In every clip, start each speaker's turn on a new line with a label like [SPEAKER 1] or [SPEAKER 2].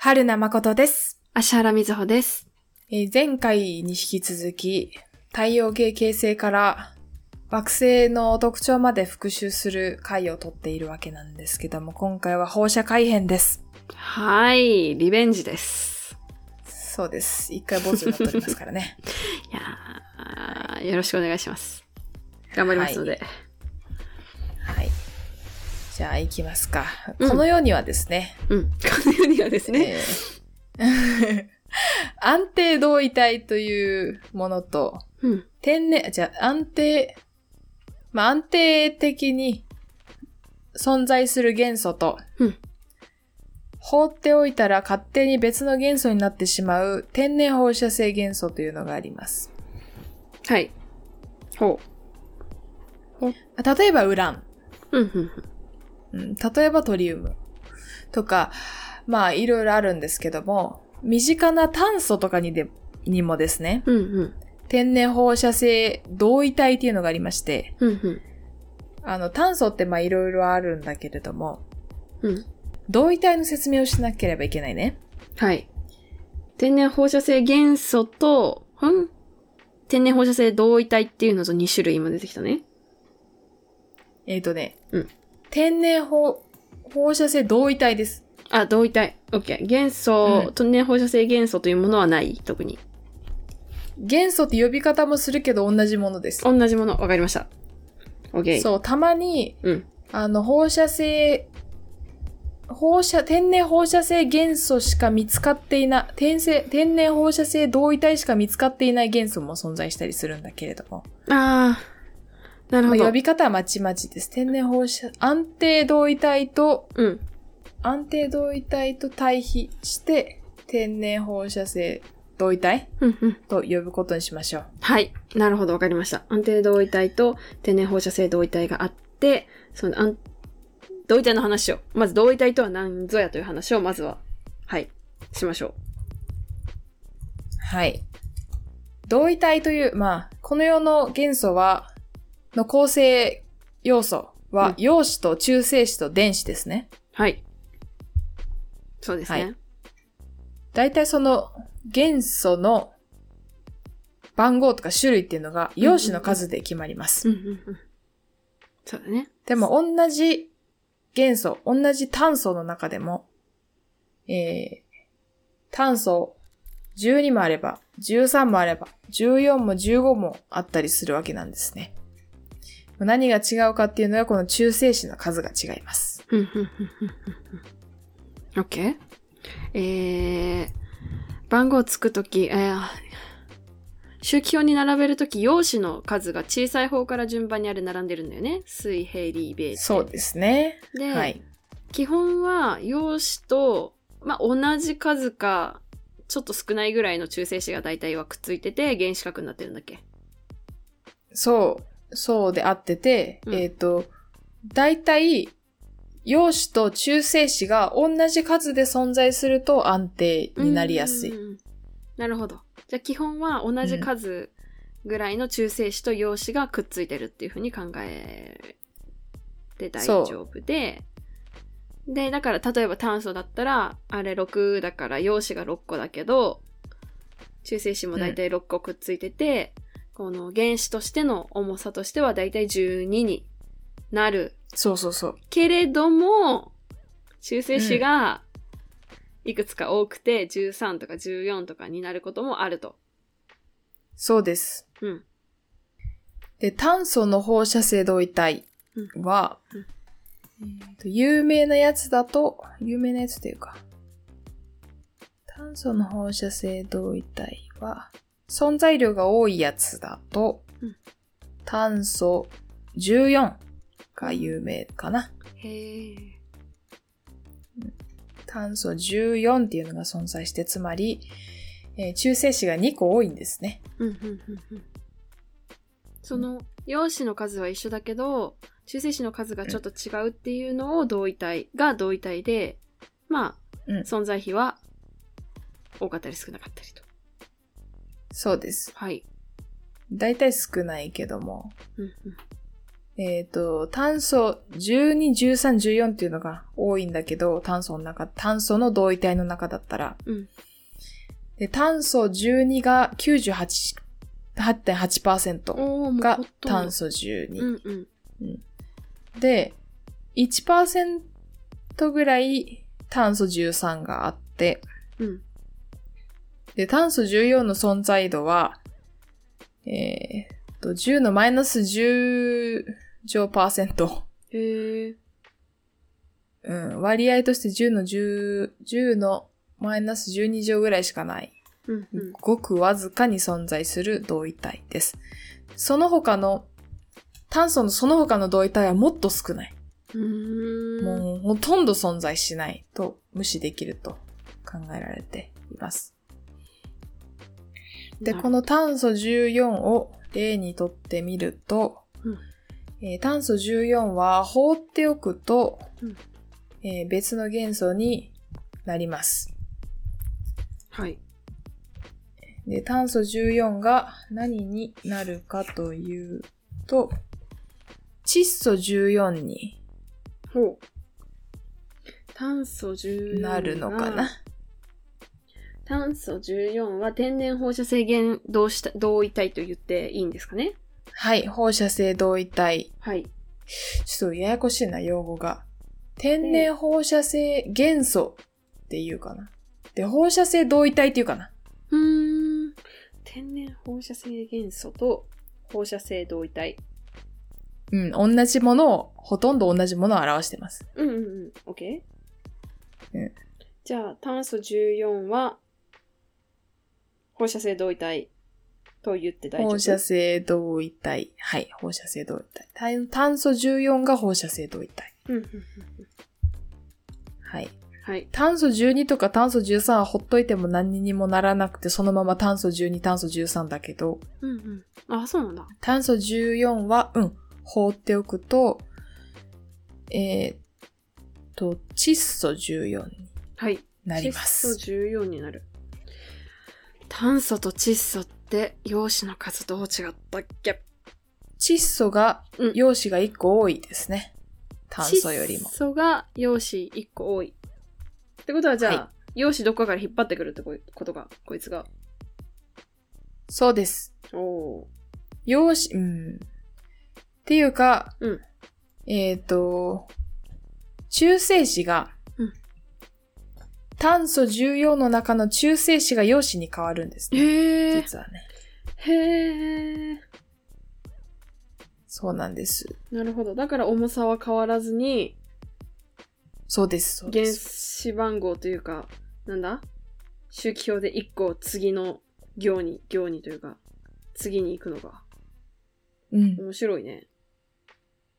[SPEAKER 1] 春名誠です。
[SPEAKER 2] 芦原瑞穂です。
[SPEAKER 1] えー前回に引き続き、太陽系形成から惑星の特徴まで復習する回をとっているわけなんですけども、今回は放射改変です。
[SPEAKER 2] はい、リベンジです。
[SPEAKER 1] そうです。一回ボツになっておりますから ね。
[SPEAKER 2] いやーよろしくお願いします。頑張りますので。
[SPEAKER 1] はい。じゃあ行きますか。
[SPEAKER 2] うん
[SPEAKER 1] この世にはですね、
[SPEAKER 2] うん。この世にはですね、
[SPEAKER 1] えー 安定同位体というものと、
[SPEAKER 2] うん。
[SPEAKER 1] 天然、じゃあ安定、まあ、安定的に存在する元素と、
[SPEAKER 2] うん
[SPEAKER 1] 放っておいたら勝手に別の元素になってしまう天然放射性元素というのがあります。
[SPEAKER 2] はい。ほ
[SPEAKER 1] 例えばウラン、
[SPEAKER 2] う。うん、うん、
[SPEAKER 1] うん、例えばトリウムとか、まあいろいろあるんですけども、身近な炭素とかにで、にもですね、
[SPEAKER 2] うん。うん、うん。
[SPEAKER 1] 天然放射性同位体っていうのがありまして、
[SPEAKER 2] うん、うん。
[SPEAKER 1] あの炭素ってまあいろいろあるんだけれども、
[SPEAKER 2] うん。
[SPEAKER 1] 同位体の説明をしなければいけないね。
[SPEAKER 2] はい。天然放射性元素と、ん天然放射性同位体っていうのと2種類今出てきたね。
[SPEAKER 1] えっ、とね、
[SPEAKER 2] うん
[SPEAKER 1] 天然放放射性同位体です。
[SPEAKER 2] あ、同位体。オッケー。元素、
[SPEAKER 1] うん
[SPEAKER 2] 天然放射性元素というものはない、特に。
[SPEAKER 1] 元素って呼び方もするけど同じものです。
[SPEAKER 2] 同じもの、わかりました。オッケー。
[SPEAKER 1] そう、たまに、
[SPEAKER 2] うん。
[SPEAKER 1] あの、放射性、放射、天然放射性元素しか見つかっていな、天性、天然放射性同位体しか見つかっていない元素も存在したりするんだけれども。
[SPEAKER 2] ああ、なる
[SPEAKER 1] ま
[SPEAKER 2] ほ
[SPEAKER 1] あ
[SPEAKER 2] ど。
[SPEAKER 1] 呼び方はまちまちです。天然放射、安定同位体と
[SPEAKER 2] うん。
[SPEAKER 1] 安定同位体と対比して天然放射性同位体
[SPEAKER 2] うんうん。
[SPEAKER 1] と呼ぶことにしましょう。
[SPEAKER 2] はい。なるほど、わかりました。安定同位体と天然放射性同位体があって、その、あん同位体の話を。まず同位体とは何ぞやという話を、まずは、はい、しましょ
[SPEAKER 1] はい。同位体という、まあ、この世の元素は、の構成要素
[SPEAKER 2] う
[SPEAKER 1] は
[SPEAKER 2] ん
[SPEAKER 1] 陽子と中性子と電子ですね。
[SPEAKER 2] う。はい。そうですね。
[SPEAKER 1] 大体その元素の番号とか種類っていうのが陽子の数で決まります。
[SPEAKER 2] うんうんうん。そうだね。
[SPEAKER 1] でも同じ元素、同じ炭素の中でも、えー、炭素12もあれば、13もあれば、14も15もあったりするわけなんですね。何が違うかっていうのはこの中性子の数が違います。
[SPEAKER 2] うんうんうんうんうん うん。オッケー。えー、番号つくとき、えー、周期表に並べるとき、用紙の数が小さい方から順番にあれ並んでるんだよね。水平リーベージ。
[SPEAKER 1] そうですね。
[SPEAKER 2] で、
[SPEAKER 1] はい。
[SPEAKER 2] 基本は用紙と、まあ、同じ数か、ちょっと少ないぐらいの中性子が大体はくっついてて、原子核になってるんだっけ。
[SPEAKER 1] そう、そうであってて、
[SPEAKER 2] うん
[SPEAKER 1] えっ、と、大体、陽子と中性子が同じ数で存在すると安定になりやすい。
[SPEAKER 2] うん。なるほど。じゃあ基本は同じ数ぐらいの中性子と陽子がくっついてるっていうふうに考えて大丈夫で、で、だから例えば炭素だったら、あれ6だから陽子が6個だけど、中性子も大体6個くっついてて、この原子としての重さとしては大体12になる
[SPEAKER 1] そうそうそう。
[SPEAKER 2] けれども、修正子がいくつか多くて、13とか14とかになることもあると。
[SPEAKER 1] そうです。
[SPEAKER 2] うん。
[SPEAKER 1] で、炭素の放射性同位体は、
[SPEAKER 2] うん
[SPEAKER 1] えーと有名なやつだと、有名なやつというか、炭素の放射性同位体は、存在量が多いやつだと、
[SPEAKER 2] うん
[SPEAKER 1] 炭素14が有名かな。
[SPEAKER 2] へえ。
[SPEAKER 1] 炭素14っていうのが存在して、つまり、えー中性子が2個多いんですね。
[SPEAKER 2] うんうんうんうん。その、陽子の数は一緒だけど、中性子の数がちょっと違うっていうのを同位体が同位体で、まあ、
[SPEAKER 1] うん
[SPEAKER 2] 存在比は多かったり少なかったりと。
[SPEAKER 1] そうです。
[SPEAKER 2] はい。
[SPEAKER 1] だいたい少ないけども、
[SPEAKER 2] うんうん。
[SPEAKER 1] えっ、と、炭素12、13、14っていうのが多いんだけど、炭素の中、炭素の同位体の中だったら。
[SPEAKER 2] うん
[SPEAKER 1] で、炭素12が98、8.8%
[SPEAKER 2] おおもう
[SPEAKER 1] が
[SPEAKER 2] ほとんど
[SPEAKER 1] 炭素12。
[SPEAKER 2] うんうん
[SPEAKER 1] で、1%ぐらい炭素13があって、
[SPEAKER 2] うん
[SPEAKER 1] で、炭素14の存在度は、えーっと、10のマイナス10乗パーセント。
[SPEAKER 2] へえ
[SPEAKER 1] うん、割合として10の10、10のマイナス12乗ぐらいしかない。
[SPEAKER 2] うんうん
[SPEAKER 1] ごくわずかに存在する同位体です。その他の、炭素のその他の同位体はもっと少ない。
[SPEAKER 2] うーん
[SPEAKER 1] もうほとんど存在しないと無視できると考えられています。で、
[SPEAKER 2] な
[SPEAKER 1] この炭素14を例にとってみると、
[SPEAKER 2] うん
[SPEAKER 1] えー炭素14は放っておくと、
[SPEAKER 2] うん
[SPEAKER 1] えー別の元素になります。
[SPEAKER 2] はい
[SPEAKER 1] で、炭素14が何になるかというと、窒素14に
[SPEAKER 2] ほう炭素14
[SPEAKER 1] なるのかな
[SPEAKER 2] が。炭素14は天然放射性原同した同位体と言っていいんですかね
[SPEAKER 1] はい、放射性同位体。
[SPEAKER 2] はい
[SPEAKER 1] ちょっとややこしいな、用語が。天然放射性元素っていうかな。で、放射性同位体っていうかな。
[SPEAKER 2] うーん天然放射性元素と放射性同位体
[SPEAKER 1] うん、同じものを、ほとんど同じものを表してます。
[SPEAKER 2] うんうんうん。OK?
[SPEAKER 1] うん
[SPEAKER 2] じゃあ、炭素14は、放射性同位体と言って大丈夫
[SPEAKER 1] 放射性同位体。はい、放射性同位体。炭炭素14が放射性同位体。
[SPEAKER 2] うんうんうん
[SPEAKER 1] はい。
[SPEAKER 2] はい。
[SPEAKER 1] 炭素12とか炭素13はほっといても何にもならなくて、そのまま炭素12、炭素13だけど、
[SPEAKER 2] うんうん。あ、そうなんだ。
[SPEAKER 1] 炭素14は、うん、放っておくと、えーっと、窒素14に
[SPEAKER 2] はい。
[SPEAKER 1] なります。
[SPEAKER 2] 窒素14になる。炭素と窒素って陽子の数どう違ったっけ
[SPEAKER 1] 窒素が
[SPEAKER 2] うん、
[SPEAKER 1] 陽子が1個多いですね。炭素よりも
[SPEAKER 2] 窒。素が陽子1個多い。ってことはじゃあ、
[SPEAKER 1] は
[SPEAKER 2] 陽子どこかから引っ張ってくるってこことか、こいつが。
[SPEAKER 1] そうです。
[SPEAKER 2] おお
[SPEAKER 1] 陽子、うん。っていうか、
[SPEAKER 2] うん
[SPEAKER 1] えーっと、中性子が、
[SPEAKER 2] うん
[SPEAKER 1] 炭素14の中の中性子が陽子に変わるんです
[SPEAKER 2] ー。
[SPEAKER 1] ね。
[SPEAKER 2] へえ。
[SPEAKER 1] 実はね。
[SPEAKER 2] へえ。
[SPEAKER 1] そうなんです。
[SPEAKER 2] なるほど。だから重さは変わらずに、
[SPEAKER 1] そうです。そうで
[SPEAKER 2] 原
[SPEAKER 1] す。
[SPEAKER 2] 子番号というか、なんだ周期表で1個次の行に、行にというか、次に行くのが。
[SPEAKER 1] うん。
[SPEAKER 2] 面白いね。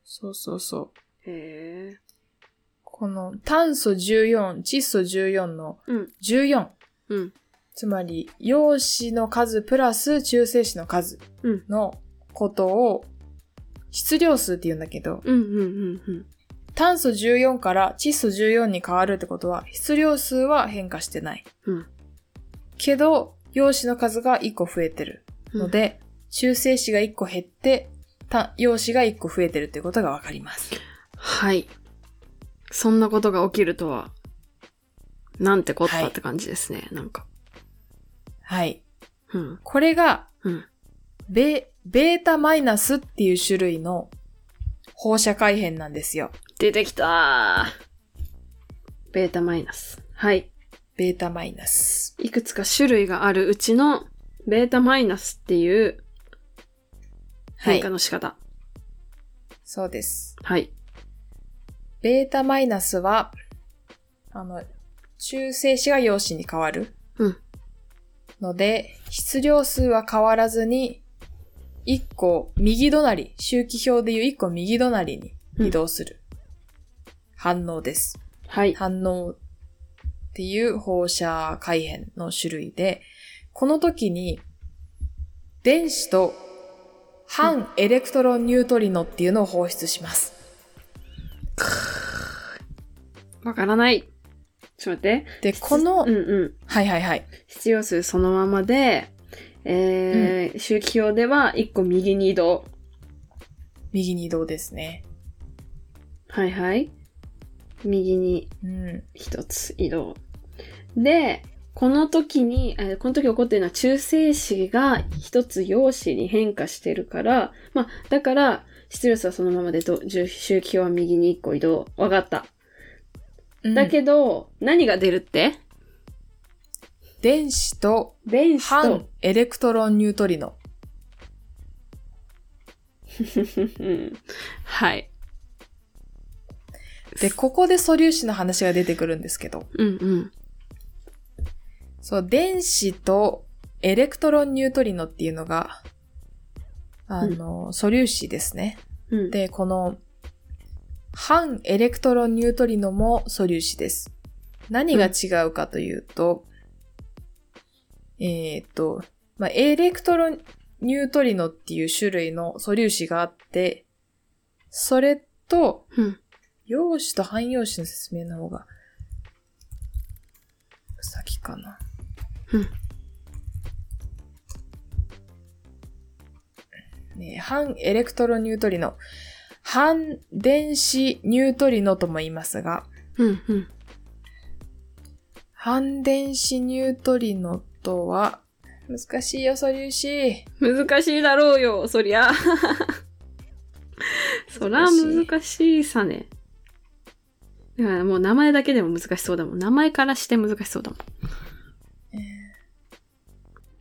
[SPEAKER 1] そうそうそう。
[SPEAKER 2] へえ。
[SPEAKER 1] この炭素14、窒素14の
[SPEAKER 2] うん、
[SPEAKER 1] 14。
[SPEAKER 2] うん、
[SPEAKER 1] つまり、陽子の数プラス中性子の数
[SPEAKER 2] うん
[SPEAKER 1] のことを質量数って言うんだけど、
[SPEAKER 2] うん、うん、うん、
[SPEAKER 1] 炭素14から窒素14に変わるってことは、質量数は変化してない。
[SPEAKER 2] うん
[SPEAKER 1] けど、陽子の数が1個増えてる
[SPEAKER 2] うん。
[SPEAKER 1] の、で、中性子が1個減って、た陽子が1個増えてるってことがわかります。
[SPEAKER 2] はい。そんなことが起きるとは、なんてこった
[SPEAKER 1] はい
[SPEAKER 2] って感じですね。なんか。
[SPEAKER 1] はい。
[SPEAKER 2] うん、
[SPEAKER 1] これが、
[SPEAKER 2] うん。
[SPEAKER 1] ベ、ベータマイナスっていう種類の放射改変なんですよ。
[SPEAKER 2] 出てきたーベータマイナス。はい。
[SPEAKER 1] ベータマイナス。
[SPEAKER 2] いくつか種類があるうちの、ベータマイナスっていう
[SPEAKER 1] は
[SPEAKER 2] 変
[SPEAKER 1] い
[SPEAKER 2] 化。の仕方。
[SPEAKER 1] そうです。
[SPEAKER 2] はい。
[SPEAKER 1] ベータマイナスは、あの、中性子が陽子に変わる
[SPEAKER 2] うん。
[SPEAKER 1] ので、質量数は変わらずに、1個右隣、周期表でいう1個右隣に移動する反応です。
[SPEAKER 2] はい。
[SPEAKER 1] 反応っていう放射改変の種類で、この時に電子と反エレクトロンニュートリノっていうのを放出します。
[SPEAKER 2] わからない。ちょっと待って。
[SPEAKER 1] で、この、
[SPEAKER 2] うんうん。
[SPEAKER 1] はいはいはい。
[SPEAKER 2] 必要数そのままで、えー周期表では1個右に移動。
[SPEAKER 1] 右に移動ですね。
[SPEAKER 2] はいはい。右に
[SPEAKER 1] うん。
[SPEAKER 2] 一つ移動。で、この時に、えーこの時起こってるのは中性子が一つ陽子に変化してるから、まあ、だから、質量数はそのままでど、周周期表は右に一個移動。わかった。だ
[SPEAKER 1] ど、
[SPEAKER 2] けど、何が出るって
[SPEAKER 1] 電子と
[SPEAKER 2] 電子
[SPEAKER 1] 反
[SPEAKER 2] と、
[SPEAKER 1] エレクトロンニュートリノ。
[SPEAKER 2] うんはい。
[SPEAKER 1] で、ここで素粒子の話が出てくるんですけど、
[SPEAKER 2] うんうん。
[SPEAKER 1] そう、電子とエレクトロンニュートリノっていうのが、あの、素粒子ですね。
[SPEAKER 2] うん、
[SPEAKER 1] で、この、反エレクトロンニュートリノも素粒子です。何が違うかというと、えーっと、まあ、エレクトロンニュートリノっていう種類の素粒子があって、それと、
[SPEAKER 2] うん。
[SPEAKER 1] 陽子と反陽子の説明の方が、先かな。ね、反エレクトロニュートリノ。反電子ニュートリノとも言いますが、
[SPEAKER 2] うんうん。
[SPEAKER 1] 反電子ニュートリノとは、難しいよ、素粒子。
[SPEAKER 2] 難しいだろうよ、そりゃ。そら難しいさね。だからもう名前だけでも難しそうだもん。名前からして難しそうだもん。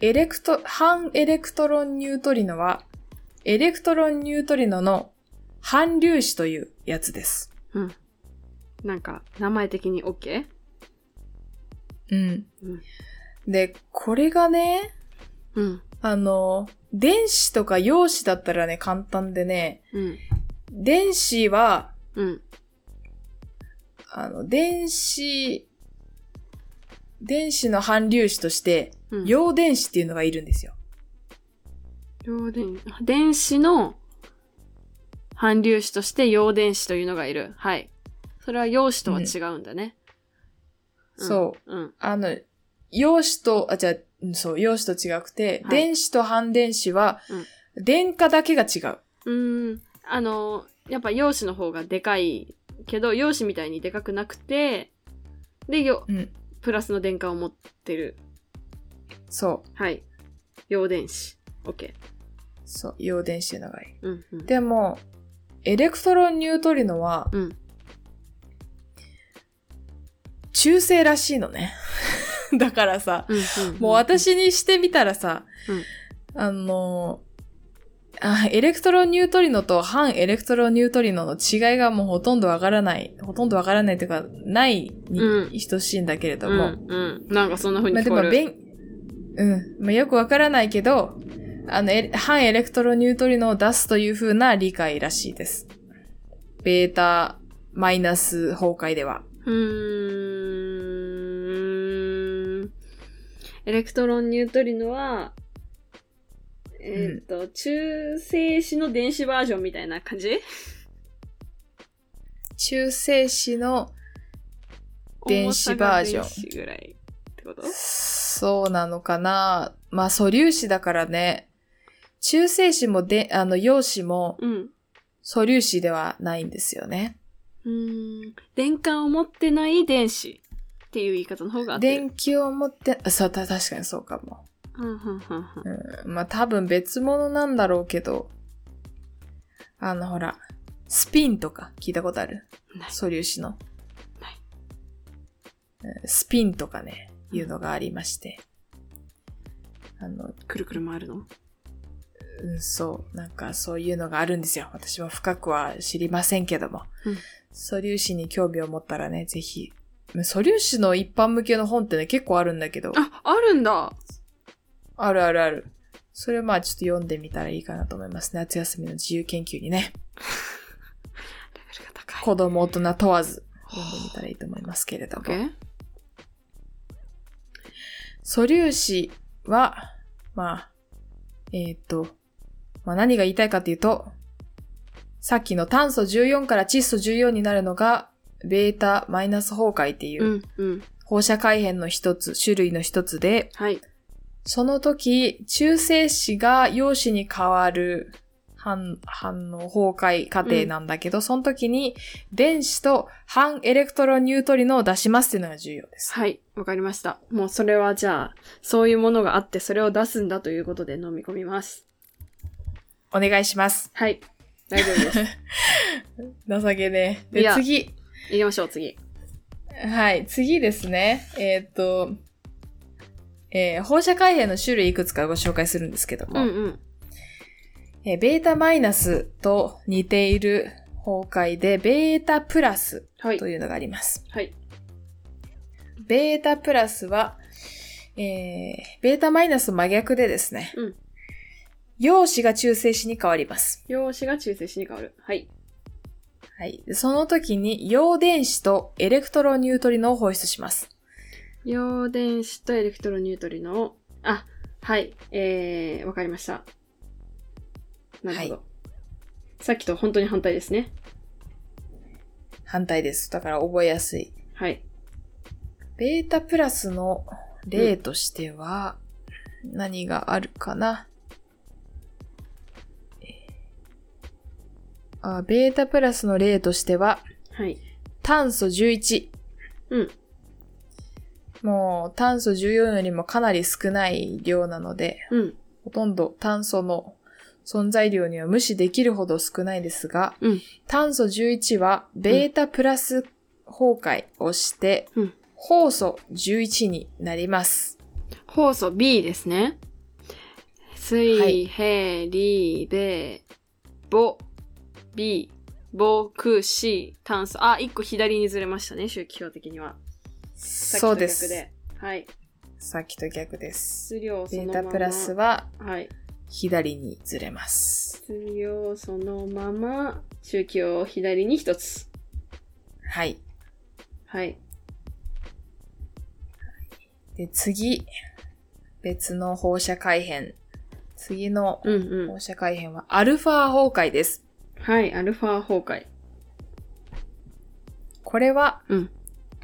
[SPEAKER 1] エレクト、反エレクトロンニュートリノは、エレクトロンニュートリノの反粒子というやつです。
[SPEAKER 2] なんか、名前的に OK?
[SPEAKER 1] うん
[SPEAKER 2] うん。
[SPEAKER 1] で、これがね、
[SPEAKER 2] うん。
[SPEAKER 1] あの、電子とか陽子だったらね、簡単でね、
[SPEAKER 2] うん。
[SPEAKER 1] 電子は、
[SPEAKER 2] うん。
[SPEAKER 1] あの、電子、電子の反粒子として、
[SPEAKER 2] うん。
[SPEAKER 1] 陽電子っていうのがいるんですよ。
[SPEAKER 2] 陽電あ電子の反粒子として陽電子というのがいる。はい。それは陽子とは違うんだね。ん
[SPEAKER 1] そう。
[SPEAKER 2] うん。
[SPEAKER 1] あの、陽子と、あ、じゃあうんそう、陽子と違くて、
[SPEAKER 2] はい
[SPEAKER 1] 電子と反電子は、電荷だけが違う。
[SPEAKER 2] うーん。あの、やっぱ陽子の方がでかいけど、陽子みたいにでかくなくて、で、よ、
[SPEAKER 1] うん。
[SPEAKER 2] プラスの電荷を持ってる。
[SPEAKER 1] そう。
[SPEAKER 2] はい。陽電子。OK。
[SPEAKER 1] そう、陽電子っていうのがいる。
[SPEAKER 2] うん、うん。
[SPEAKER 1] でも、エレクトロンニュートリノは、
[SPEAKER 2] うん
[SPEAKER 1] 中性らしいのね。 だからさ、
[SPEAKER 2] うんうんうん
[SPEAKER 1] もう、私にしてみたらさ、
[SPEAKER 2] うん
[SPEAKER 1] あのあ、エレクトロニュートリノと反エレクトロニュートリノの違いがもうほとんどわからない、ほとんどわからないというか、ない
[SPEAKER 2] うん
[SPEAKER 1] に等しいんだけれど
[SPEAKER 2] う
[SPEAKER 1] も、
[SPEAKER 2] ん、うん。なんかそんな風に
[SPEAKER 1] まあ
[SPEAKER 2] 聞
[SPEAKER 1] で
[SPEAKER 2] こえ
[SPEAKER 1] も、
[SPEAKER 2] る。
[SPEAKER 1] べん、うん、まあよくわからないけど、あの、エレ反エレクトロニュートリノを出すという風な理解らしいです。ベータマイナス崩壊では。
[SPEAKER 2] うーん。エレクトロンニュートリノは、えっ、と、中性子の電子バージョンみたいな感じ
[SPEAKER 1] 中性子の、電子バージョン
[SPEAKER 2] 重さが電子ぐらいってこと
[SPEAKER 1] そうなのかな。まあ素粒子だからね。中性子もで、あの、陽子も
[SPEAKER 2] うん。
[SPEAKER 1] 素粒子ではないんですよね。
[SPEAKER 2] うーん。電荷を持ってない電子っていう言い方の方が合ってる。
[SPEAKER 1] 電気を持って、そう、た確かにそうかも。
[SPEAKER 2] うんうんうんうん
[SPEAKER 1] まあ多分別物なんだろうけど、あのほら、スピンとか聞いたことある
[SPEAKER 2] ない
[SPEAKER 1] 素粒子の
[SPEAKER 2] ない。
[SPEAKER 1] うんスピンとかね、いうのがありまして。あの、
[SPEAKER 2] くるくる回るの
[SPEAKER 1] うん、そう。なんかそういうのがあるんですよ。私も深くは知りませんけども。
[SPEAKER 2] うん
[SPEAKER 1] 素粒子に興味を持ったらね、ぜひ。まあ素粒子の一般向けの本ってね、結構あるんだけど。
[SPEAKER 2] あ、あるんだ
[SPEAKER 1] あるあるある。それまあちょっと読んでみたらいいかなと思いますね。夏休みの自由研究にね。
[SPEAKER 2] レベルが高い。
[SPEAKER 1] 子供、大人問わず読んでみたらいいと思いますけれど
[SPEAKER 2] オ
[SPEAKER 1] も
[SPEAKER 2] ッ。ケー、
[SPEAKER 1] 素粒子は、まあ、えっ、と、まあ何が言いたいかというと、さっきの炭素14から窒素14になるのが、ベータマイナス崩壊っていううん
[SPEAKER 2] うん。
[SPEAKER 1] 放射改変の一つ、種類の一つで、
[SPEAKER 2] はい。
[SPEAKER 1] その時、中性子が陽子に変わる反、反応崩壊過程なんだけど、その時に電子と反エレクトロニュートリノを出しますっていうのが重要です。
[SPEAKER 2] はい、わかりました。もうそれはじゃあ、そういうものがあって、それを出すんだということで飲み込みます。
[SPEAKER 1] お願いします。
[SPEAKER 2] はい。大丈夫 です。
[SPEAKER 1] 情けねえ。で、
[SPEAKER 2] いや
[SPEAKER 1] 次。
[SPEAKER 2] 行きましょう、次。
[SPEAKER 1] はい、次ですね。えーっと、えー放射開閉の種類いくつかご紹介するんですけど
[SPEAKER 2] う
[SPEAKER 1] も、
[SPEAKER 2] んうん。
[SPEAKER 1] えーベータマイナスと似ている崩壊で、ベータプラス
[SPEAKER 2] はい
[SPEAKER 1] と。いうのがあります。
[SPEAKER 2] はい。
[SPEAKER 1] ベータプラスは、えー、ベータマイナスと真逆でですね、
[SPEAKER 2] うん
[SPEAKER 1] 陽子が中性子に変わります。
[SPEAKER 2] 陽子が中性子に変わる。はい。
[SPEAKER 1] はい。でその時に陽電子とエレクトロニュートリノを放出します。
[SPEAKER 2] 陽電子とエレクトロニュートリノを、あ、はい。えー、わかりました。なるほど。
[SPEAKER 1] は
[SPEAKER 2] さっきと本当に反対ですね。
[SPEAKER 1] 反対です。だから覚えやすい。
[SPEAKER 2] はい。
[SPEAKER 1] ベータプラスの例としては、何があるかな、あベータプラスの例としては、
[SPEAKER 2] はい。
[SPEAKER 1] 炭素11。
[SPEAKER 2] うん。
[SPEAKER 1] もう炭素14よりもかなり少ない量なので、
[SPEAKER 2] うん。
[SPEAKER 1] ほとんど炭素の存在量には無視できるほど少ないですが、
[SPEAKER 2] うん
[SPEAKER 1] 炭素11はベータプラス崩壊をして、
[SPEAKER 2] うん
[SPEAKER 1] 酵素11になります。
[SPEAKER 2] 酵素 B ですね。水、
[SPEAKER 1] はい
[SPEAKER 2] 平、リ、ベ、ボ、B、ボ、ク、C、炭素。あ、一個左にずれましたね、周期表的には。さっきと
[SPEAKER 1] そうで
[SPEAKER 2] 逆
[SPEAKER 1] す。
[SPEAKER 2] はい。
[SPEAKER 1] さっきと逆です。
[SPEAKER 2] 質量そ
[SPEAKER 1] ベ
[SPEAKER 2] の
[SPEAKER 1] ー
[SPEAKER 2] まま。
[SPEAKER 1] タプラスは
[SPEAKER 2] はい。
[SPEAKER 1] 左にずれます。
[SPEAKER 2] 質量そのまま、周期を左に一つ。
[SPEAKER 1] はい。
[SPEAKER 2] はい。
[SPEAKER 1] で、次、別の放射改変。次の
[SPEAKER 2] うんう
[SPEAKER 1] 放射改変はアルファ崩壊です。
[SPEAKER 2] ん。はい、アルファ崩壊。
[SPEAKER 1] これは
[SPEAKER 2] うん。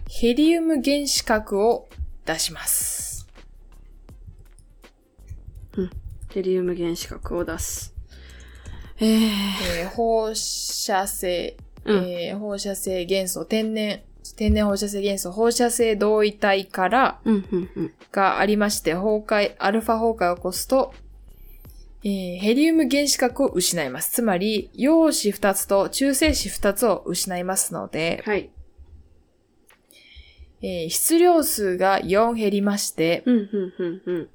[SPEAKER 1] ヘリウム原子核を出します。
[SPEAKER 2] ヘリウム原子核を出す。えー。
[SPEAKER 1] えー放射性、
[SPEAKER 2] うん。
[SPEAKER 1] えー放射性元素、天然、天然放射性元素、放射性同位体から
[SPEAKER 2] うん、うん、うん。
[SPEAKER 1] がありまして、崩壊、アルファ崩壊を起こすと、えーヘリウム原子核を失います。つまり、陽子2つと中性子2つを失いますので、
[SPEAKER 2] はい。
[SPEAKER 1] えー質量数が4減りまして、
[SPEAKER 2] うん、うん、うん、うん。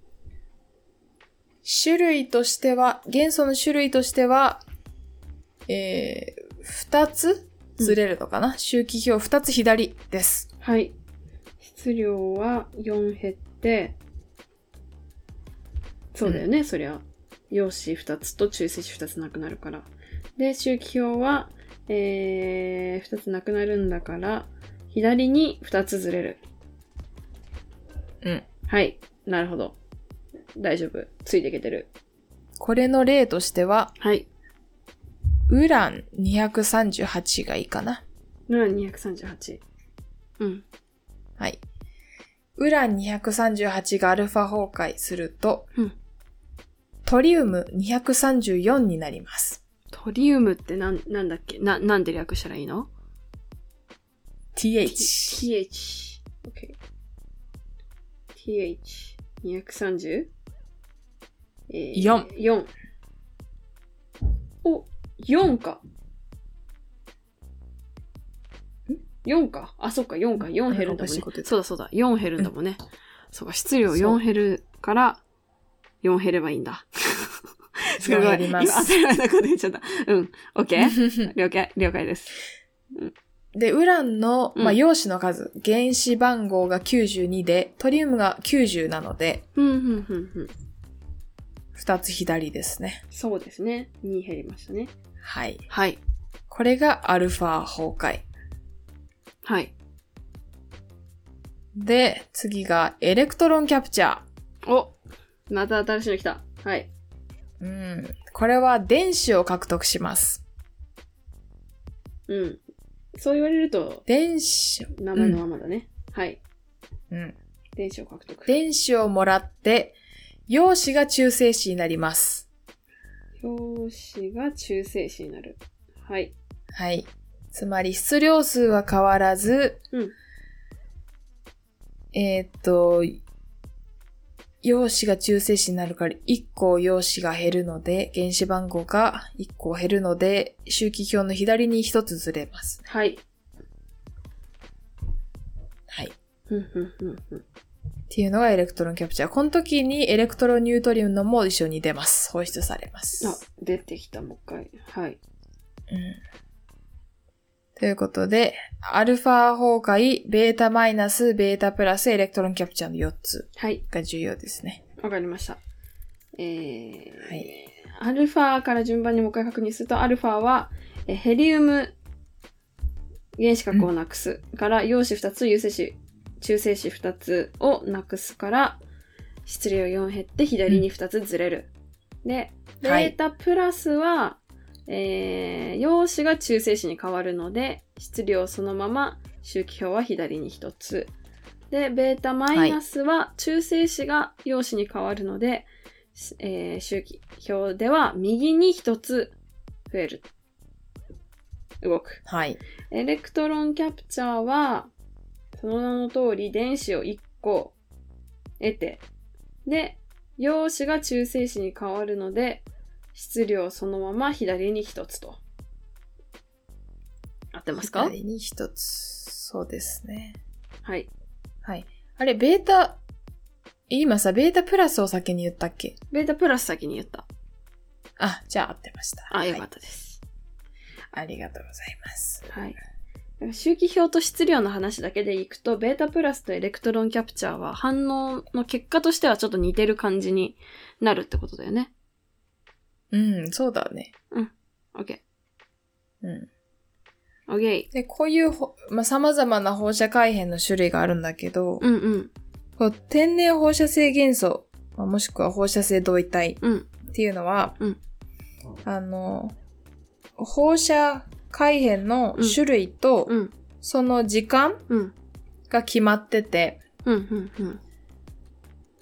[SPEAKER 1] 種類としては、元素の種類としては、えー、二つずれるのかな、周期表二つ左です。
[SPEAKER 2] はい。質量は4減って、そうだよね、そりゃ。陽子2つと中性子2つなくなるから。で、周期表は、えー、2つなくなるんだから、左に2つずれる。
[SPEAKER 1] うん。
[SPEAKER 2] はい。なるほど。大丈夫。ついていけてる。
[SPEAKER 1] これの例としては、
[SPEAKER 2] はい。
[SPEAKER 1] ウラン238がいいかな。
[SPEAKER 2] なら238。うん。
[SPEAKER 1] はい。ウラン238がアルファ崩壊すると、
[SPEAKER 2] うん
[SPEAKER 1] トリウム234になります。
[SPEAKER 2] トリウムってなん、なんだっけな、なんで略したらいいの
[SPEAKER 1] th。
[SPEAKER 2] th。OK。th。230? えー
[SPEAKER 1] 四
[SPEAKER 2] 4。お、4か。ん ?4 か。あ、そっか、4か。4減るんだ
[SPEAKER 1] おか
[SPEAKER 2] もん
[SPEAKER 1] しい
[SPEAKER 2] ね
[SPEAKER 1] こと言。った
[SPEAKER 2] そうだそうだ。4減るんだもんね。そうか、質量
[SPEAKER 1] そう
[SPEAKER 2] 4減るから、4減ればいいん だ。すごい。
[SPEAKER 1] 4減り
[SPEAKER 2] 今、
[SPEAKER 1] ます
[SPEAKER 2] 焦らなく言っちゃった。うん。OK? 了解、了解です。
[SPEAKER 1] で、ウランの、
[SPEAKER 2] うん
[SPEAKER 1] まあ、陽子の数、原子番号が92で、トリウムが90なので、
[SPEAKER 2] うん、うん、うん、うん。
[SPEAKER 1] 2つ左ですね。
[SPEAKER 2] そうですね。2減りましたね。
[SPEAKER 1] はい。
[SPEAKER 2] はい。
[SPEAKER 1] これがアルファ崩壊。
[SPEAKER 2] はい。
[SPEAKER 1] で、次がエレクトロンキャプチャー。
[SPEAKER 2] おまた新しいの来た。はい。
[SPEAKER 1] うん。これは電子を獲得します。
[SPEAKER 2] うん。そう言われると、
[SPEAKER 1] 電子、
[SPEAKER 2] 名前のままだね。はい。
[SPEAKER 1] うん。
[SPEAKER 2] 電子を獲得。
[SPEAKER 1] 電子をもらって、陽子が中性子になります。
[SPEAKER 2] 陽子が中性子になる。はい。
[SPEAKER 1] はい。つまり質量数は変わらず、
[SPEAKER 2] うん
[SPEAKER 1] えーっと、陽子が中性子になるから1個陽子が減るので、原子番号が1個減るので、周期表の左に1つずれます。
[SPEAKER 2] はい。
[SPEAKER 1] はい。っ
[SPEAKER 2] ふんふんふんふん。
[SPEAKER 1] ていうのがエレクトロンキャプチャー。この時にエレクトロニュートリウムも一緒に出ます。放出されます。
[SPEAKER 2] あ、出てきた、もう一回。はい。
[SPEAKER 1] うんということで、アルファ崩壊、ベータマイナス、ベータプラス、エレクトロンキャプチャーの4つ
[SPEAKER 2] はい。
[SPEAKER 1] が重要ですね。
[SPEAKER 2] わかりました。えー、
[SPEAKER 1] はい
[SPEAKER 2] アルファから順番にもう一回確認すると、アルファは、えーヘリウム原子核をなくすから、陽子2つ、有性子、中性子2つをなくすから、質量4減って左に2つずれる。で、ベ
[SPEAKER 1] はい
[SPEAKER 2] ータプラスは、えー陽子が中性子に変わるので、質量そのまま周期表は左に1つ。で、ベータマイナスは中性子が陽子に変わるので、しえー周期表では右に1つ増える。動く。
[SPEAKER 1] はい。
[SPEAKER 2] エレクトロンキャプチャーは、その名の通り電子を1個得て、で、陽子が中性子に変わるので、質量そのまま左に1つと。合ってますか
[SPEAKER 1] 左に1つ。そうですね。
[SPEAKER 2] はい。
[SPEAKER 1] はい。あれ、ベータ、今さ、ベータプラスを先に言ったっけ
[SPEAKER 2] ベータプラス先に言った。
[SPEAKER 1] あ、じゃあ合ってました。
[SPEAKER 2] あ、よか
[SPEAKER 1] は
[SPEAKER 2] っ
[SPEAKER 1] い
[SPEAKER 2] たです。
[SPEAKER 1] ありがとうございます。
[SPEAKER 2] はい。周期表と質量の話だけでいくと、ベータプラスとエレクトロンキャプチャーは反応の結果としてはちょっと似てる感じになるってことだよね。
[SPEAKER 1] うん、そうだね。
[SPEAKER 2] OK。
[SPEAKER 1] うん。
[SPEAKER 2] OK。
[SPEAKER 1] で、こういうほ、まあ、様々な放射改変の種類があるんだけど、
[SPEAKER 2] うんうん。
[SPEAKER 1] こう天然放射性元素、まあもしくは放射性同位体
[SPEAKER 2] うん。
[SPEAKER 1] っていうのは、
[SPEAKER 2] うん
[SPEAKER 1] あの、放射改変の種類と、
[SPEAKER 2] うん。
[SPEAKER 1] その時間
[SPEAKER 2] うん。
[SPEAKER 1] が決まってて、
[SPEAKER 2] うん。うん。うん。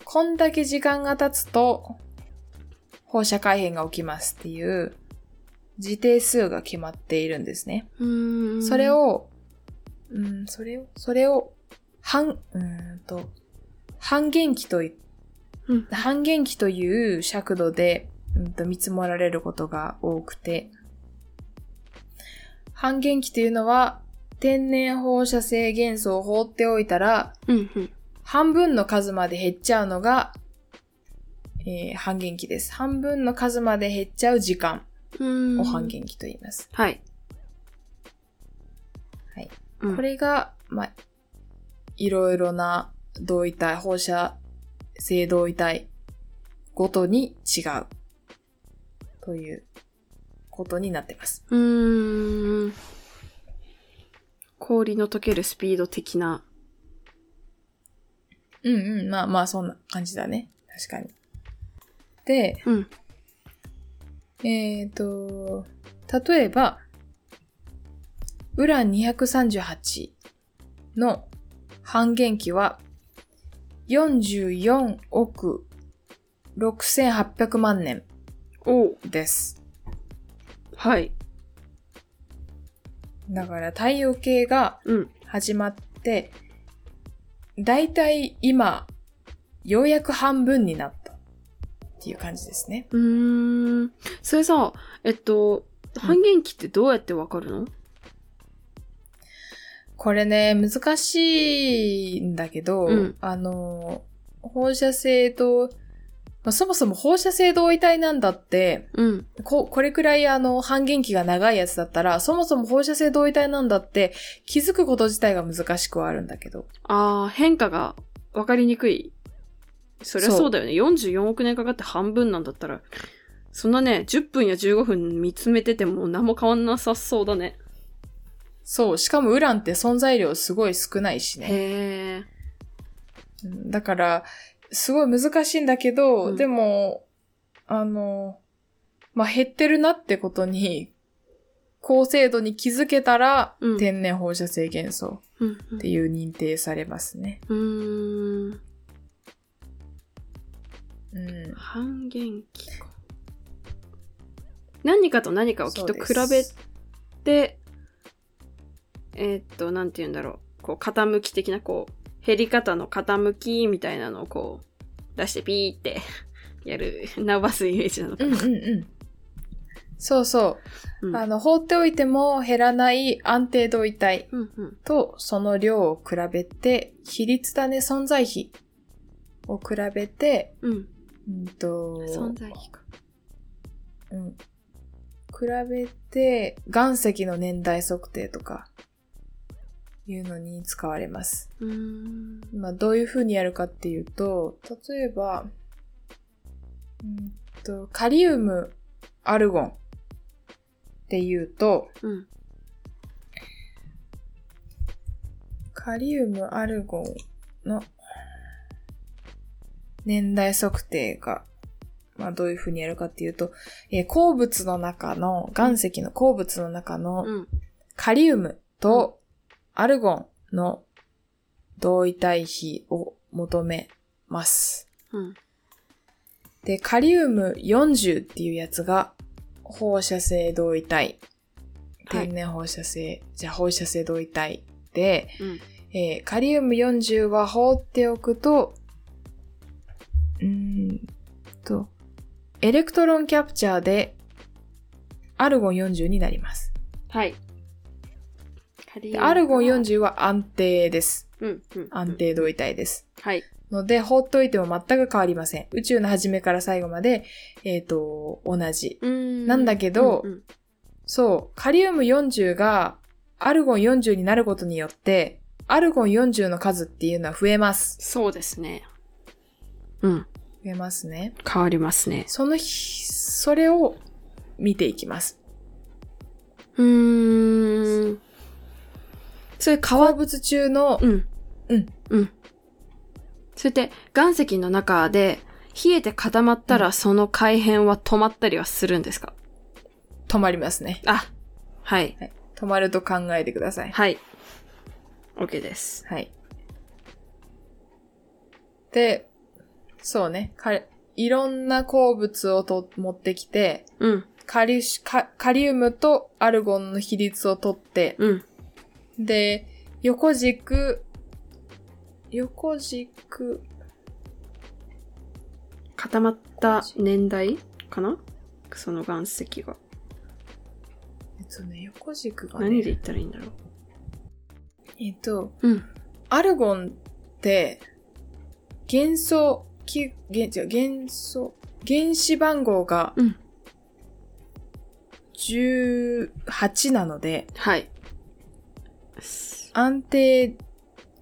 [SPEAKER 1] こんだけ時間が経つと、放射改変が起きますっていう、時定数が決まっているんですね。
[SPEAKER 2] うーん
[SPEAKER 1] それ、を、うん、それを、それを、半、うーんと、半減期とい
[SPEAKER 2] うん
[SPEAKER 1] 半減期という尺度で、うん、と見積もられることが多くて、半減期というのは、天然放射性元素を放っておいたら、
[SPEAKER 2] うん。うん。
[SPEAKER 1] 半分の数まで減っちゃうのが、えー半減期です。半分の数まで減っちゃう時間
[SPEAKER 2] うーん
[SPEAKER 1] を半。減期と言います。
[SPEAKER 2] はい。
[SPEAKER 1] はい。
[SPEAKER 2] うん、
[SPEAKER 1] これが、まあ、いろいろな同位体、放射性同位体ごとに違う。ということになってます。
[SPEAKER 2] うーん。氷の溶けるスピード的な。
[SPEAKER 1] うんうん。まあまあ、そんな感じだね。確かに。で、
[SPEAKER 2] うん。
[SPEAKER 1] えっ、と、例えば、ウラン238の半減期は44億6800万年
[SPEAKER 2] お
[SPEAKER 1] です。
[SPEAKER 2] はい。
[SPEAKER 1] だから太陽系が
[SPEAKER 2] うん。
[SPEAKER 1] 始まって、だいたい今、ようやく半分になったっていう感じですね。
[SPEAKER 2] うーん。それさ、えっと、半減期ってどうやってわかるの、
[SPEAKER 1] これね、難しいんだけど、
[SPEAKER 2] うん
[SPEAKER 1] あの、放射性と、まあそもそも放射性同位体なんだって、
[SPEAKER 2] うん。
[SPEAKER 1] こ、これくらいあの、半減期が長いやつだったら、そもそも放射性同位体なんだって気づくこと自体が難しくはあるんだけど。
[SPEAKER 2] ああ、変化がわかりにくい。そりゃ
[SPEAKER 1] そう
[SPEAKER 2] そうだよね。44億年かかって半分なんだったら、そんなね、10分や15分見つめてても何も変わんなさそうだね。
[SPEAKER 1] そう、しかもウランって存在量すごい少ないしね。
[SPEAKER 2] へえ。
[SPEAKER 1] うんだから、すごい難しいんだけど、
[SPEAKER 2] うん
[SPEAKER 1] でも、あの、まあ、減ってるなってことに、高精度に気づけたら、
[SPEAKER 2] うん
[SPEAKER 1] 天然放射性元素
[SPEAKER 2] うん。
[SPEAKER 1] っていう認定されますね。
[SPEAKER 2] うーん。
[SPEAKER 1] うん。
[SPEAKER 2] 半減期か。何かと何かをきっと
[SPEAKER 1] そう
[SPEAKER 2] 比
[SPEAKER 1] で
[SPEAKER 2] べ
[SPEAKER 1] す
[SPEAKER 2] て、えーっと、なんて言うんだろう。こう、傾き的な、こう、減り方の傾きみたいなのをこう、出してピーって やる、伸ばすイメージなのか
[SPEAKER 1] うん
[SPEAKER 2] な。
[SPEAKER 1] うんうん。そうそうう。
[SPEAKER 2] ん
[SPEAKER 1] あの、放っておいても減らない安定度位体
[SPEAKER 2] うんうん。
[SPEAKER 1] とその量を比べて、比率だね、存在比を比べて、
[SPEAKER 2] うん。
[SPEAKER 1] うんと、
[SPEAKER 2] 存在比か。
[SPEAKER 1] うん。比べて、岩石の年代測定とか、いうのに使われます。
[SPEAKER 2] うーん。
[SPEAKER 1] まあ、どういう風にやるかっていうと、例えば、うんと、カリウムアルゴンっていうと、
[SPEAKER 2] うん。
[SPEAKER 1] カリウムアルゴンの年代測定が、まあ、どういう風にやるかっていうと、えー鉱物の中の、岩石の鉱物の中の、
[SPEAKER 2] うん。
[SPEAKER 1] カリウムとアルゴンの同位体比を求めます。
[SPEAKER 2] うん。
[SPEAKER 1] で、カリウム40っていうやつが放射性同位体。
[SPEAKER 2] はい
[SPEAKER 1] 天然放射性、じゃあ放射性同位体で、
[SPEAKER 2] うん
[SPEAKER 1] えーカリウム40は放っておくと、うーんと、エレクトロンキャプチャーでアルゴン40になります。
[SPEAKER 2] はい。カリウ
[SPEAKER 1] で
[SPEAKER 2] ム
[SPEAKER 1] アルゴン40は安定です。
[SPEAKER 2] うん。うん。
[SPEAKER 1] 安。定同位体です。
[SPEAKER 2] はい。
[SPEAKER 1] ので、放っておいても全く変わりません。宇宙の初めから最後まで、えっ、と、同じ。
[SPEAKER 2] な
[SPEAKER 1] なんだけど
[SPEAKER 2] うん
[SPEAKER 1] そう、カリウム40がアルゴン40になることによって、アルゴン40の数っていうのは増えます。
[SPEAKER 2] そうですね。うん。
[SPEAKER 1] 増えますね。
[SPEAKER 2] 変わりますね。
[SPEAKER 1] その日、それを見ていきます。
[SPEAKER 2] うーん。それ変わ
[SPEAKER 1] 鉱
[SPEAKER 2] っ、
[SPEAKER 1] 物中の、
[SPEAKER 2] うん。
[SPEAKER 1] うん。
[SPEAKER 2] うん。それって岩石の中で冷えて固まったらその改変は止まったりはするんですか
[SPEAKER 1] 止まりますね。
[SPEAKER 2] あ、はい。
[SPEAKER 1] はい。止まると考えてください。
[SPEAKER 2] はい。OK です。
[SPEAKER 1] はい。で、そうね。かいろんな鉱物をと持ってきて、
[SPEAKER 2] うん。
[SPEAKER 1] カリシカカリウムとアルゴンの比率をとって、
[SPEAKER 2] うん。
[SPEAKER 1] で、横軸、横軸、
[SPEAKER 2] 固まった年代かなその岩石が。
[SPEAKER 1] えっとね、横軸が
[SPEAKER 2] 何で
[SPEAKER 1] ね、
[SPEAKER 2] 言ったらいいんだろ
[SPEAKER 1] えっと、
[SPEAKER 2] う。うん。
[SPEAKER 1] アルゴンって、元素、き元違う元素、原子番号が
[SPEAKER 2] うん、
[SPEAKER 1] 18なので、
[SPEAKER 2] はい。
[SPEAKER 1] 安定、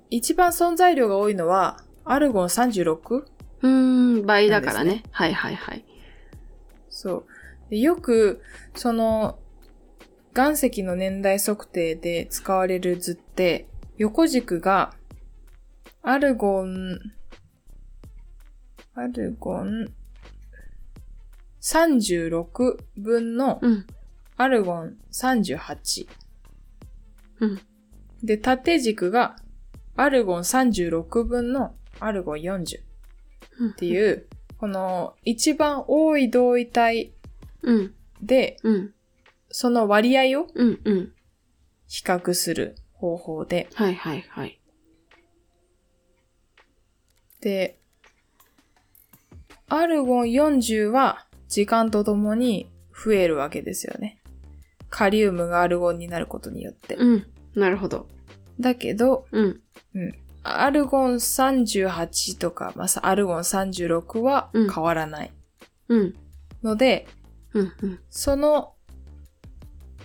[SPEAKER 1] 一番存在量が多いのは、アルゴン 36?
[SPEAKER 2] うーん、倍だか
[SPEAKER 1] な
[SPEAKER 2] ら
[SPEAKER 1] んで
[SPEAKER 2] ね。はいはいはい。
[SPEAKER 1] そう。でよく、その、岩石の年代測定で使われる図って、横軸が、アルゴン、アルゴン、36分の
[SPEAKER 2] うん。
[SPEAKER 1] アルゴン38。
[SPEAKER 2] うん。
[SPEAKER 1] で、縦軸が、アルゴン36分のアルゴン40って
[SPEAKER 2] う。
[SPEAKER 1] いう、この一番多い同位体
[SPEAKER 2] うん。
[SPEAKER 1] で、
[SPEAKER 2] うん。
[SPEAKER 1] その割合を
[SPEAKER 2] うん。うん。
[SPEAKER 1] 比較する方法で、
[SPEAKER 2] はいはいはい。
[SPEAKER 1] で、アルゴン40は時間とともに増えるわけですよね。カリウムがアルゴンになることによって。
[SPEAKER 2] うん。なるほど。
[SPEAKER 1] だけど、
[SPEAKER 2] うん。
[SPEAKER 1] アルゴン38とか、まあ、アルゴン36は変わらない。
[SPEAKER 2] うん。
[SPEAKER 1] ので、
[SPEAKER 2] うん。うん。
[SPEAKER 1] その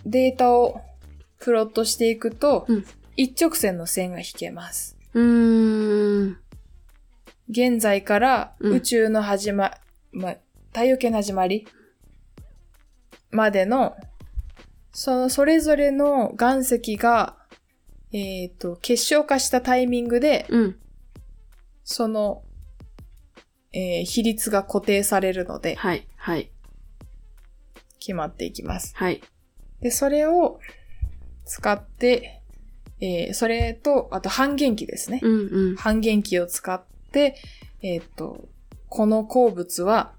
[SPEAKER 1] データをプロットしていくと、
[SPEAKER 2] うん
[SPEAKER 1] 一直線の線が引けます。
[SPEAKER 2] うーん。
[SPEAKER 1] 現在から
[SPEAKER 2] うん
[SPEAKER 1] 宇宙の始ま、ま、太陽系の始まりまでの、その、それぞれの岩石が、えっ、と、結晶化したタイミングで、
[SPEAKER 2] うん。
[SPEAKER 1] その、えー比率が固定されるので、
[SPEAKER 2] はい。はい。
[SPEAKER 1] 決まっていきます。
[SPEAKER 2] はい。
[SPEAKER 1] で、それを使って、えーそれと、あと半減期ですね。
[SPEAKER 2] うん。うん。
[SPEAKER 1] 半減期を使って、えっ、と、この鉱物は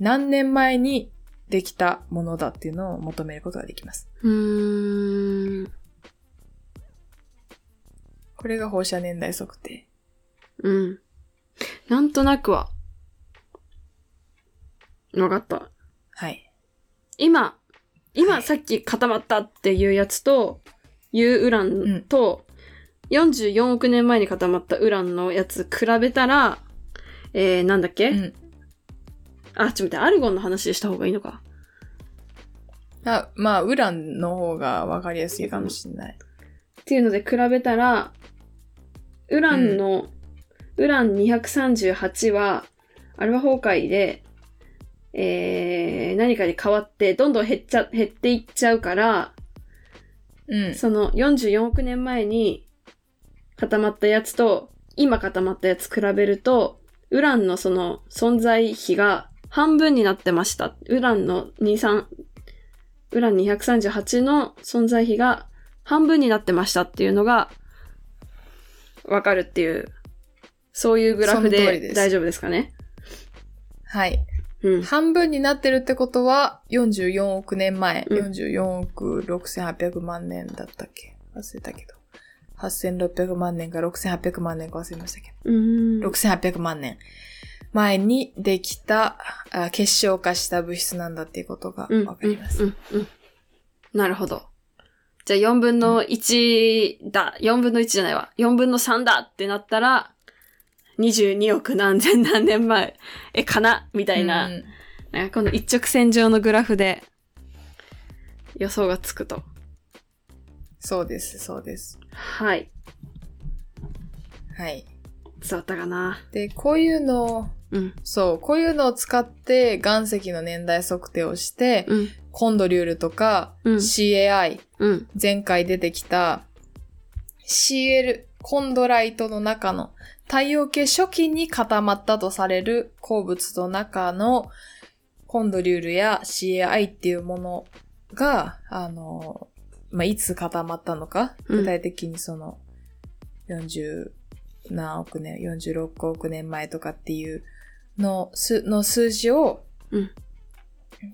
[SPEAKER 1] 何年前にできたものだっていうのを求めることができます。
[SPEAKER 2] うーん。
[SPEAKER 1] これが放射年代測定。
[SPEAKER 2] うん。なんとなくは。わかった。
[SPEAKER 1] はい。
[SPEAKER 2] 今、
[SPEAKER 1] は
[SPEAKER 2] 今
[SPEAKER 1] い
[SPEAKER 2] さっき固まったっていうやつと、いうウランと、44億年前に固まったウランのやつ比べたら、えー、なんだっけ、
[SPEAKER 1] うん。
[SPEAKER 2] あ、ちょっと待って、アルゴンの話した方がいいのか。
[SPEAKER 1] あまあ、ウランの方がわかりやすいかもしれない。
[SPEAKER 2] っていうので比べたら、ウランの、ウラン238は、アルファ崩壊で、えー、何かに変わって、どんどん減っちゃ、減っていっちゃうから、
[SPEAKER 1] うん。
[SPEAKER 2] その44億年前に固まったやつと、今固まったやつ比べると、ウランのその存在比が半分になってました。ウランの23、ウラン238の存在比が半分になってましたっていうのが、わかるっていう、そういうグラフ
[SPEAKER 1] その通りで
[SPEAKER 2] です大丈夫ですかね
[SPEAKER 1] はい。
[SPEAKER 2] うん。
[SPEAKER 1] 半分になってるってことは、44億年前、
[SPEAKER 2] うん
[SPEAKER 1] 44億6800万年だったっけ忘れたけど。8600万年か6800万年か忘れましたけ
[SPEAKER 2] うーん
[SPEAKER 1] ど。6800万年前にできた、あ結晶化した物質なんだっていうことがわかります。
[SPEAKER 2] うんうんうんなるほど。じゃあ4分の1だ、4分の1じゃないわ。4分の3だってなったら、22億何千何年前、え、かなみたいな、
[SPEAKER 1] うん
[SPEAKER 2] なんかこの一直線上のグラフで予想がつくと。
[SPEAKER 1] そうです、そうです。
[SPEAKER 2] はい。
[SPEAKER 1] はい。
[SPEAKER 2] 伝わったかな。
[SPEAKER 1] で、こういうのを、
[SPEAKER 2] うん。
[SPEAKER 1] そう、こういうのを使って岩石の年代測定をして、
[SPEAKER 2] うん。
[SPEAKER 1] コンドリュールとか、
[SPEAKER 2] うん
[SPEAKER 1] CAI、
[SPEAKER 2] うん。
[SPEAKER 1] 前回出てきた CL、コンドライトの中の太陽系初期に固まったとされる鉱物の中のコンドリュールや CAI っていうものが、あの、まあ、いつ固まったのか、
[SPEAKER 2] うん
[SPEAKER 1] 具体的にその、40何億年、46億年前とかっていうの、す、の数字を、
[SPEAKER 2] うん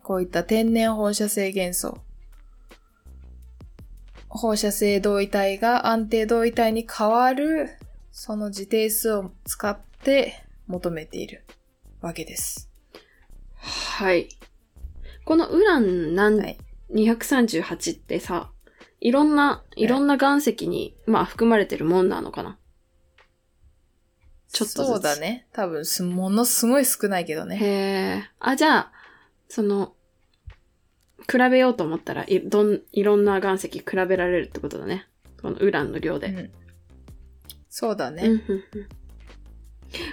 [SPEAKER 1] こういった天然放射性元素、放射性同位体が安定同位体に変わる、その自定数を使って求めているわけです。
[SPEAKER 2] はい。このウラン何
[SPEAKER 1] はい。
[SPEAKER 2] 238ってさ、いろんな、いろんな岩石に、まあ含まれてるもんなのかな。ちょっとずつ
[SPEAKER 1] そうだね。多分す、ものすごい少ないけどね。
[SPEAKER 2] へえ。あ、じゃあ、その、比べようと思ったら、いどん、いろんな岩石比べられるってことだね。このウランの量で。
[SPEAKER 1] うんそうだ
[SPEAKER 2] うんう
[SPEAKER 1] ね。
[SPEAKER 2] んうん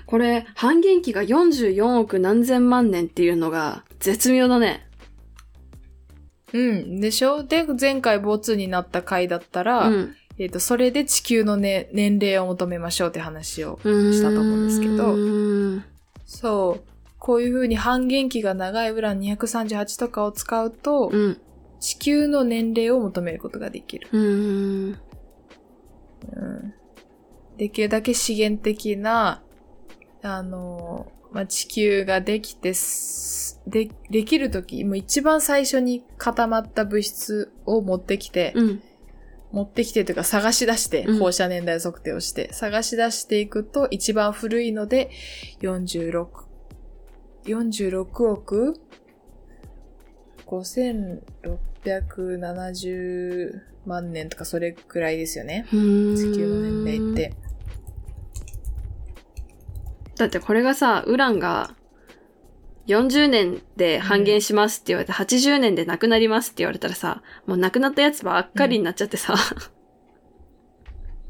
[SPEAKER 2] これ、半減期が44億何千万年っていうのが絶妙だね。
[SPEAKER 1] うん。でしょで、前回ボツになった回だったら、
[SPEAKER 2] うん。
[SPEAKER 1] えっ、と、それで地球の、ね、年齢を求めましょうって話を。
[SPEAKER 2] した
[SPEAKER 1] と思うんですけど
[SPEAKER 2] うん。
[SPEAKER 1] そう。こういう風に半減期が長いウラン238とかを使うと、
[SPEAKER 2] うん。
[SPEAKER 1] 地球の年齢を求めることができる。
[SPEAKER 2] うん。
[SPEAKER 1] うん、できるだけ資源的な、あの、まあ、地球ができてす、で、できるとき、もう一番最初に固まった物質を持ってきて、
[SPEAKER 2] うん。
[SPEAKER 1] 持ってきてというか探し出して、
[SPEAKER 2] うん
[SPEAKER 1] 放射年代測定をして、探し出していくと一番古いので、46、46億5670万年とかそれくらいですよね。
[SPEAKER 2] うん
[SPEAKER 1] 地球の年齢って。
[SPEAKER 2] だってこれがさ、ウランが40年で半減しますって言われて、80年でなくなりますって言われたらさ、もうなくなったやつばっかりになっちゃってさ、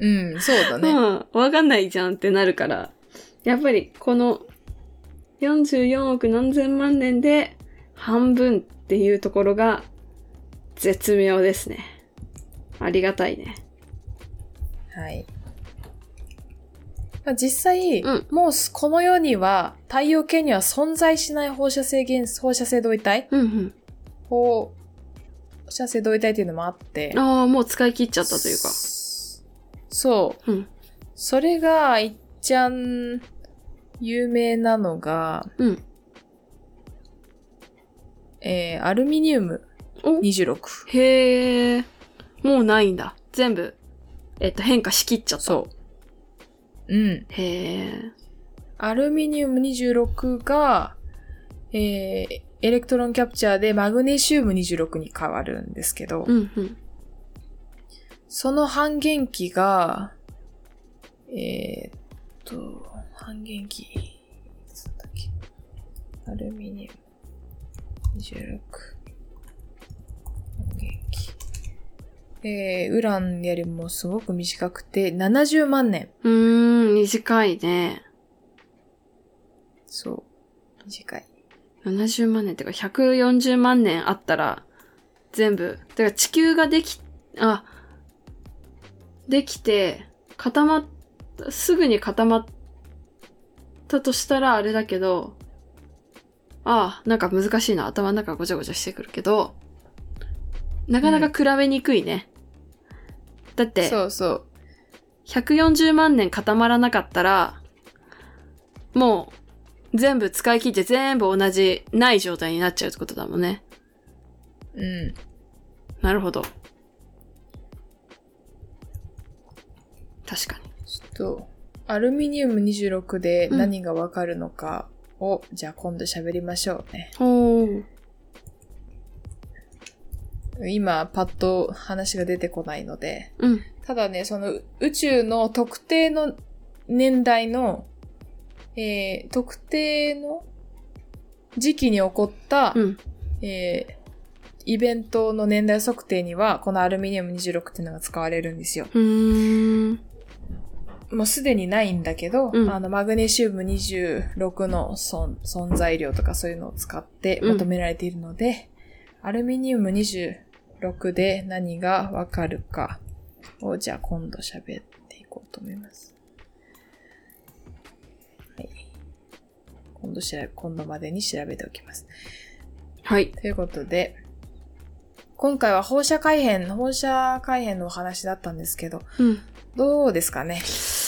[SPEAKER 1] うん、そうだね。
[SPEAKER 2] うん、わかんないじゃんってなるから、やっぱりこの44億何千万年で半分っていうところが絶妙ですね。ありがたいね。
[SPEAKER 1] はい。まあ、実際、
[SPEAKER 2] うん
[SPEAKER 1] もうすこの世には太陽系には存在しない放射性元素、放射性同位体
[SPEAKER 2] うん
[SPEAKER 1] 放射性同位体っていうのもあって
[SPEAKER 2] うん。。ああ、もう使い切っちゃったというか。
[SPEAKER 1] そそう。
[SPEAKER 2] うん。
[SPEAKER 1] それが、いっちゃん、有名なのが、
[SPEAKER 2] うん。
[SPEAKER 1] えー、アルミニウム
[SPEAKER 2] お
[SPEAKER 1] 26。
[SPEAKER 2] へえ。もうないんだ。全部、えっと、変化しきっちゃった。
[SPEAKER 1] そう。うん。
[SPEAKER 2] へえ。
[SPEAKER 1] アルミニウム26が、えー、エレクトロンキャプチャーでマグネシウム26に変わるんですけど、
[SPEAKER 2] うんうん。
[SPEAKER 1] その半減期が、えー、っと、半減期、いつだったっけアルミニウム26。半減期。えー、ウランよりもすごく短くて、70万年。
[SPEAKER 2] うーん、短いね。
[SPEAKER 1] そう。短い。
[SPEAKER 2] 70万年ってか140万年あったら全部だから地球ができあできて固まったすぐに固まったとしたらあれだけどあなんか難しいな頭の中ごちゃごちゃしてくるけどなかなか比べにくいね、だって
[SPEAKER 1] そうそう。
[SPEAKER 2] 140万年固まらなかったら、もう全部使い切って全部同じない状態になっちゃうってことだもんね。
[SPEAKER 1] うん。
[SPEAKER 2] なるほど。確かに。
[SPEAKER 1] ちょっと、アルミニウム26で何がわかるのかを、じゃあ今度喋りましょうね。
[SPEAKER 2] おー。
[SPEAKER 1] 今、パッと話が出てこないので。
[SPEAKER 2] うん。
[SPEAKER 1] ただね、その宇宙の特定の年代の、えー、特定の時期に起こった、
[SPEAKER 2] うん。
[SPEAKER 1] えーイベントの年代測定には、このアルミニウム26っていうのが使われるんですよ。
[SPEAKER 2] うーん。
[SPEAKER 1] もうすでにないんだけど、
[SPEAKER 2] うん
[SPEAKER 1] あの、マグネシウム26の存存在量とかそういうのを使って
[SPEAKER 2] うん
[SPEAKER 1] 求められているので、アルミニウム26で何がわかるかを、じゃあ今度喋っていこうと思います。はい。今度しら、今度までに調べておきます。
[SPEAKER 2] はい。
[SPEAKER 1] ということで、今回は放射改変、放射改変のお話だったんですけど、
[SPEAKER 2] うん。
[SPEAKER 1] どうですかね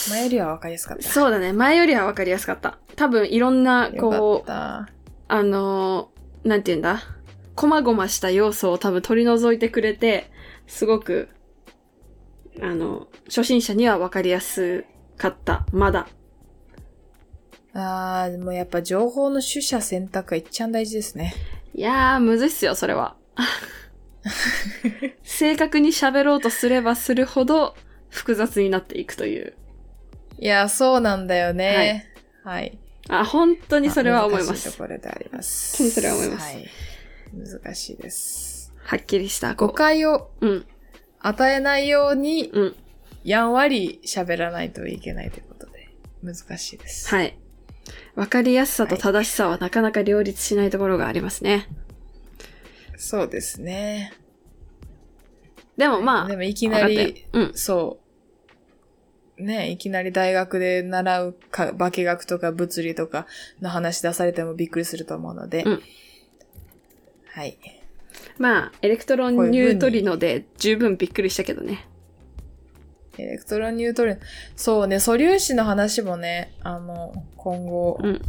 [SPEAKER 1] 前よりはわかりやすかった。
[SPEAKER 2] そうだね。前よりはわかりやすかった。多分いろんな、
[SPEAKER 1] よ
[SPEAKER 2] こう、
[SPEAKER 1] かっ
[SPEAKER 2] あのーなんて言うんだこまごました要素を多分取り除いてくれて、すごく、あの、初心者には分かりやすかった。まだ。
[SPEAKER 1] た。あー、でもやっぱ情報の取捨選択がいっちゃん大事ですね。
[SPEAKER 2] いやー、むずいっすよ、そ れは。正確に喋ろうとすればするほど複雑になっていくという。
[SPEAKER 1] いや、そうなんだよね。はい。
[SPEAKER 2] あ、本当にそれは思いま
[SPEAKER 1] 難しいと
[SPEAKER 2] す。
[SPEAKER 1] ころであります。
[SPEAKER 2] 本当にそれは思います
[SPEAKER 1] はい。難しいです。
[SPEAKER 2] はっきりした。
[SPEAKER 1] 誤解を
[SPEAKER 2] うん、
[SPEAKER 1] 与えないように、
[SPEAKER 2] うん。
[SPEAKER 1] やんわり喋らないといけないということで、難しいです。
[SPEAKER 2] はい。分かりやすさと正しさはなかなか両立しないところがありますね。
[SPEAKER 1] そうですね。
[SPEAKER 2] でもまあ、
[SPEAKER 1] でもいき
[SPEAKER 2] 分か
[SPEAKER 1] な
[SPEAKER 2] ったよ
[SPEAKER 1] り、
[SPEAKER 2] うん。
[SPEAKER 1] そう。ね、いきなり大学で習うか化学とか物理とかの話出されてもびっくりすると思うので。
[SPEAKER 2] うん
[SPEAKER 1] はい。
[SPEAKER 2] まあ、エレクトロンニュートリノで十分びっくりしたけどね。
[SPEAKER 1] エレクトロニュートリノ。そうね、素粒子の話もね、あの、今後、
[SPEAKER 2] うん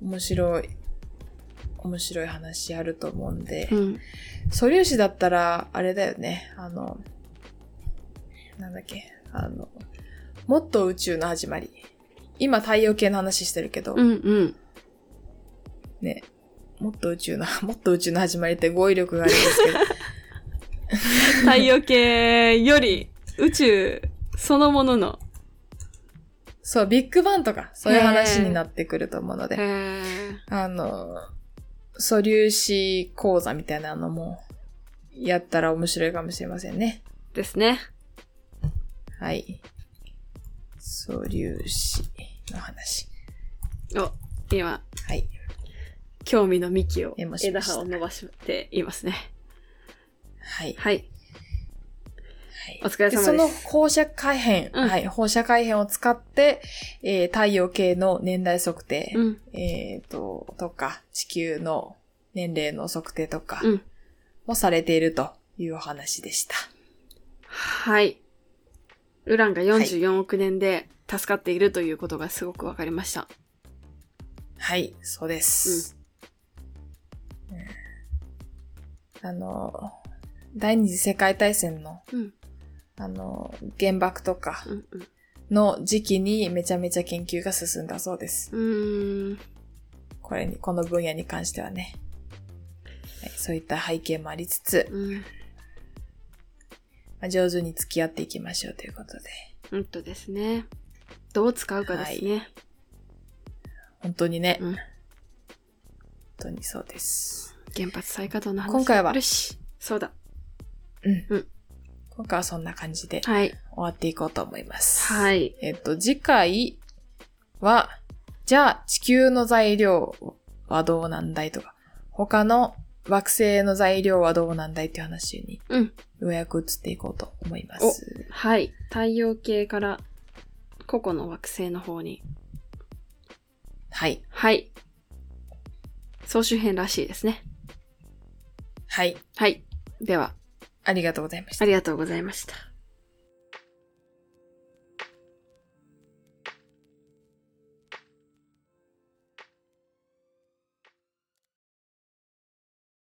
[SPEAKER 1] 面白い、面白い話あると思うんで、
[SPEAKER 2] うん。
[SPEAKER 1] 素粒子だったら、あれだよね、あの、なんだっけ、あの、もっと宇宙の始まり。今太陽系の話してるけど、
[SPEAKER 2] うんうん。
[SPEAKER 1] ね、もっと宇宙の、 もっと宇宙の始まりって語彙力があるんです けど、
[SPEAKER 2] 太陽系より宇宙そのものの。
[SPEAKER 1] そう、ビッグバンとか、そういう話になってくると思うの
[SPEAKER 2] へ
[SPEAKER 1] で、
[SPEAKER 2] ー
[SPEAKER 1] あの、素粒子講座みたいなのも、やったら面白いかもしれませんね。
[SPEAKER 2] ですね。
[SPEAKER 1] はい。素粒子の話。
[SPEAKER 2] お、今、
[SPEAKER 1] はい。
[SPEAKER 2] 興味の幹を
[SPEAKER 1] メモ、し
[SPEAKER 2] 枝
[SPEAKER 1] ました
[SPEAKER 2] 葉を伸ばしていますね。
[SPEAKER 1] はい。
[SPEAKER 2] は
[SPEAKER 1] は
[SPEAKER 2] い。
[SPEAKER 1] い
[SPEAKER 2] お疲れ様です
[SPEAKER 1] その放射改変、
[SPEAKER 2] うん
[SPEAKER 1] はい、放射改変を使って、えー太陽系の年代測定、
[SPEAKER 2] うん。
[SPEAKER 1] えっ、と、とか、地球の年齢の測定とか
[SPEAKER 2] うん。
[SPEAKER 1] もされているというお話でした。
[SPEAKER 2] はい。ウランが44億年で助かっているということがすごくわかりました。
[SPEAKER 1] はい、そうです。うんあの、第二次世界大戦の、
[SPEAKER 2] うん
[SPEAKER 1] あの、原爆とか
[SPEAKER 2] うんうん
[SPEAKER 1] の時期にめちゃめちゃ研究が進んだそうです。
[SPEAKER 2] うーん
[SPEAKER 1] これに、この分野に関してはね。はいそういった背景もありつつ、
[SPEAKER 2] うん
[SPEAKER 1] まあ上手に付き合っていきましょうということで。
[SPEAKER 2] うんとですねどう使うかですね、
[SPEAKER 1] 本当にね。
[SPEAKER 2] うん
[SPEAKER 1] 本当にそうです。
[SPEAKER 2] 原発再稼働の話
[SPEAKER 1] 今回は
[SPEAKER 2] もあるしそうだ
[SPEAKER 1] うん。
[SPEAKER 2] うん
[SPEAKER 1] 今回はそんな感じで終
[SPEAKER 2] はい
[SPEAKER 1] わっていこうと思います。い。
[SPEAKER 2] はい
[SPEAKER 1] えっと、次回は、じゃあ地球の材料はどうなんだいとか、他の惑星の材料はどうなんだいっていう話に
[SPEAKER 2] うん
[SPEAKER 1] ようやく移っていこうと思います。
[SPEAKER 2] はい太陽系から個々の惑星の方に
[SPEAKER 1] はい。
[SPEAKER 2] はい総集編らしいですね
[SPEAKER 1] はい。
[SPEAKER 2] はいでは
[SPEAKER 1] ありがとうございました
[SPEAKER 2] あ。りがとうございました